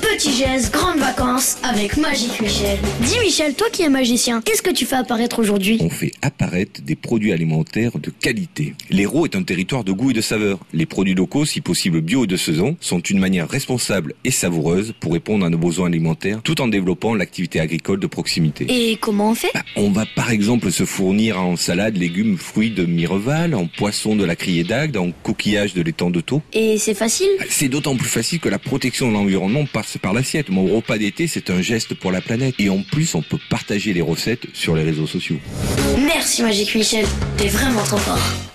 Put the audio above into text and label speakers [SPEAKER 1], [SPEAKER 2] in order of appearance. [SPEAKER 1] Petit geste, grandes vacances avec Magique Michel. Dis Michel, toi qui es magicien, qu'est-ce que tu fais apparaître aujourd'hui
[SPEAKER 2] On fait apparaître des produits alimentaires de qualité. L'Hérault est un territoire de goût et de saveur. Les produits locaux, si possible bio et de saison, sont une manière responsable et savoureuse pour répondre à nos besoins alimentaires tout en développant l'activité agricole de proximité.
[SPEAKER 1] Et comment on fait
[SPEAKER 2] Bah, on va par exemple se fournir en salade, légumes, fruits de Mireval, en poisson de la criée d'Agde, en coquillage de l'étang de Thau.
[SPEAKER 1] Et c'est facile
[SPEAKER 2] C'est d'autant plus facile que la protection de l'environnement passe par l'assiette. Mon repas d'été, c'est un geste pour la planète. Et en plus, on peut partager les recettes sur les réseaux sociaux.
[SPEAKER 1] Merci Magique Michel, t'es vraiment trop fort.